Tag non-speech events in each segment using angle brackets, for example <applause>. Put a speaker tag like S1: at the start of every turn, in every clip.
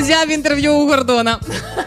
S1: взяв интервью у Гордона.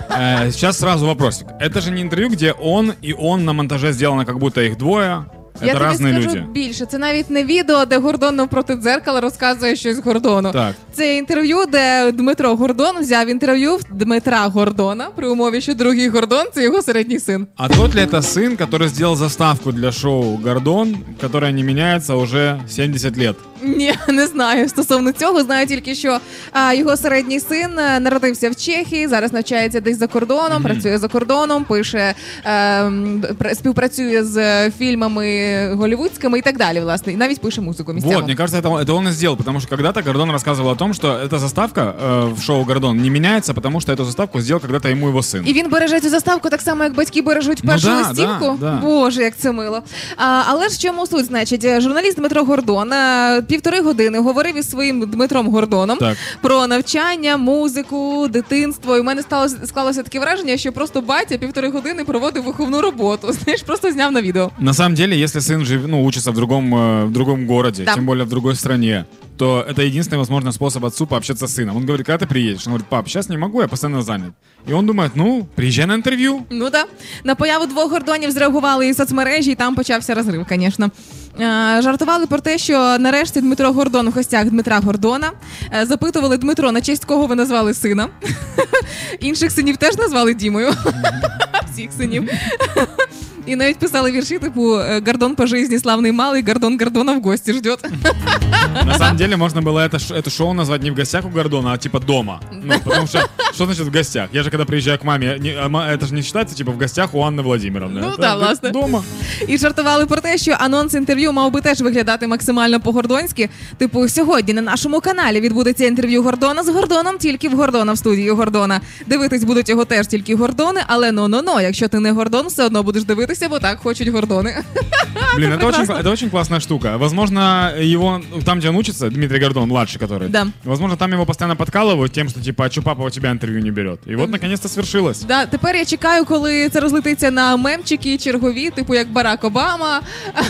S2: Э, Сейчас сразу вопросик. Это же не интервью, где он и он на монтаже сделано, как будто их двое.
S1: Я
S2: Это
S1: тобі
S2: разные
S1: скажу
S2: люди.
S1: більше. Це навіть не відео, де Гордон навпроти дзеркала розказує щось Гордону.
S2: Так.
S1: Це інтерв'ю, де Дмитро Гордон взяв інтерв'ю в Дмитра Гордона при умові, що другий Гордон це його середній син.
S2: А тот ли это сын, который сделал заставку для шоу «Гордон», которая не меняется уже 70 лет?
S1: Ні, не знаю. Стосовно цього знаю тільки, що а, його середній син е, народився в Чехії, зараз навчається десь за кордоном, працює за кордоном, пише е, м, пр- співпрацює з е, фільмами голівудськими і так далі. Власне, і навіть пише музику місцеву.
S2: Вот, мне кажется, это, он- это он и сделал, потому что когда-то Гордон рассказывал о том, что эта заставка э, в шоу «Гордон» не меняется, потому что эту заставку сделал когда-то ему его сын.
S1: І він береже цю заставку так само, як батьки бережуть
S2: Ну
S1: першу
S2: да,
S1: листівку.
S2: да, да.
S1: Боже, як це мило. А, але ж в чому суть? Значить, е, журналіст Дмитро Гордон е, півтори години говорив із своїм Дмитром Гордоном
S2: Так.
S1: про навчання, музику, дитинство. І в мене сталося склалося таке враження, що просто батя півтори години проводив виховну роботу. <laughs> Знаєш, просто зняв на відео.
S2: На самом деле, если сын жив, ну, учится в другом, э, в другом городе,
S1: Да.
S2: тем более в другой стране, то это единственный возможный способ отцу пообщаться с сыном. Он говорит, когда ты приедешь? Он говорит, пап, сейчас не могу, я постоянно занят. І он думає, ну, приїжджай на інтерв'ю.
S1: Ну так. На появу двох гордонів зреагували і соцмережі, і там почався розрив, звісно. Е, Жартували про те, що нарешті Дмитро Гордон у гостях Дмитра Гордона. Е, Запитували Дмитро, на честь кого ви назвали сина. <laughs> Інших синів теж назвали Дімою. <laughs> Всіх синів. І навіть писали вірші, типу е, Гордон по житті славний малий, Гордон Гордона в гості ждет.
S2: На самом деле, можно было это, ш- это шоу назвать не в гостях у Гордона, а типа дома. Ну, потому что, что значит в гостях? Я же когда приезжаю к маме, я не- а ма- это же не считается, типа, в гостях у Анны Владимировны.
S1: Ну
S2: Это
S1: да,
S2: г-
S1: власне.
S2: Дома.
S1: І жартували про те, що анонс інтерв'ю мав би теж виглядати максимально по-гордонськи. Типу, сьогодні на нашому каналі відбудеться інтерв'ю Гордона з Гордоном, тільки в Гордона в студії Гордона. Дивитись будуть його теж тільки Гордони, але ну ну ну якщо ти не Гордон, все одно будеш дивитися, бо так хочуть Гордони. <laughs>
S2: Блин, это очень,
S1: А, прекрасно.
S2: это очень классная штука. Возможно, его ну, там, где он учится, Дмитрий Гордон, младший который.
S1: Да.
S2: Возможно, там его постоянно подкалывают тем, что типа, а чё папа у тебя интервью не берет? И вот наконец-то свершилось.
S1: Да, тепер я чекаю, коли це розлетиться на мемчики чергові, типу як Барак Обама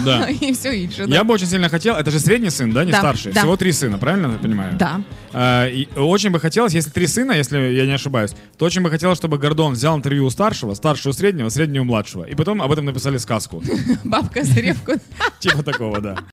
S2: Да.
S1: <laughs> і все інше. да.
S2: Я бы очень сильно хотел, это же средний сын, да, не
S1: Да,
S2: старший.
S1: да.
S2: Всего три сына, правильно я понимаю?
S1: Да.
S2: А, и очень бы хотелось, если три сына, если я не ошибаюсь, то очень бы хотелось, чтобы Гордон взял интервью у старшего, старшего у среднего, среднего у младшего. И потом об этом написали сказку.
S1: Бабка з рівку.
S2: <laughs> Типа такого, да.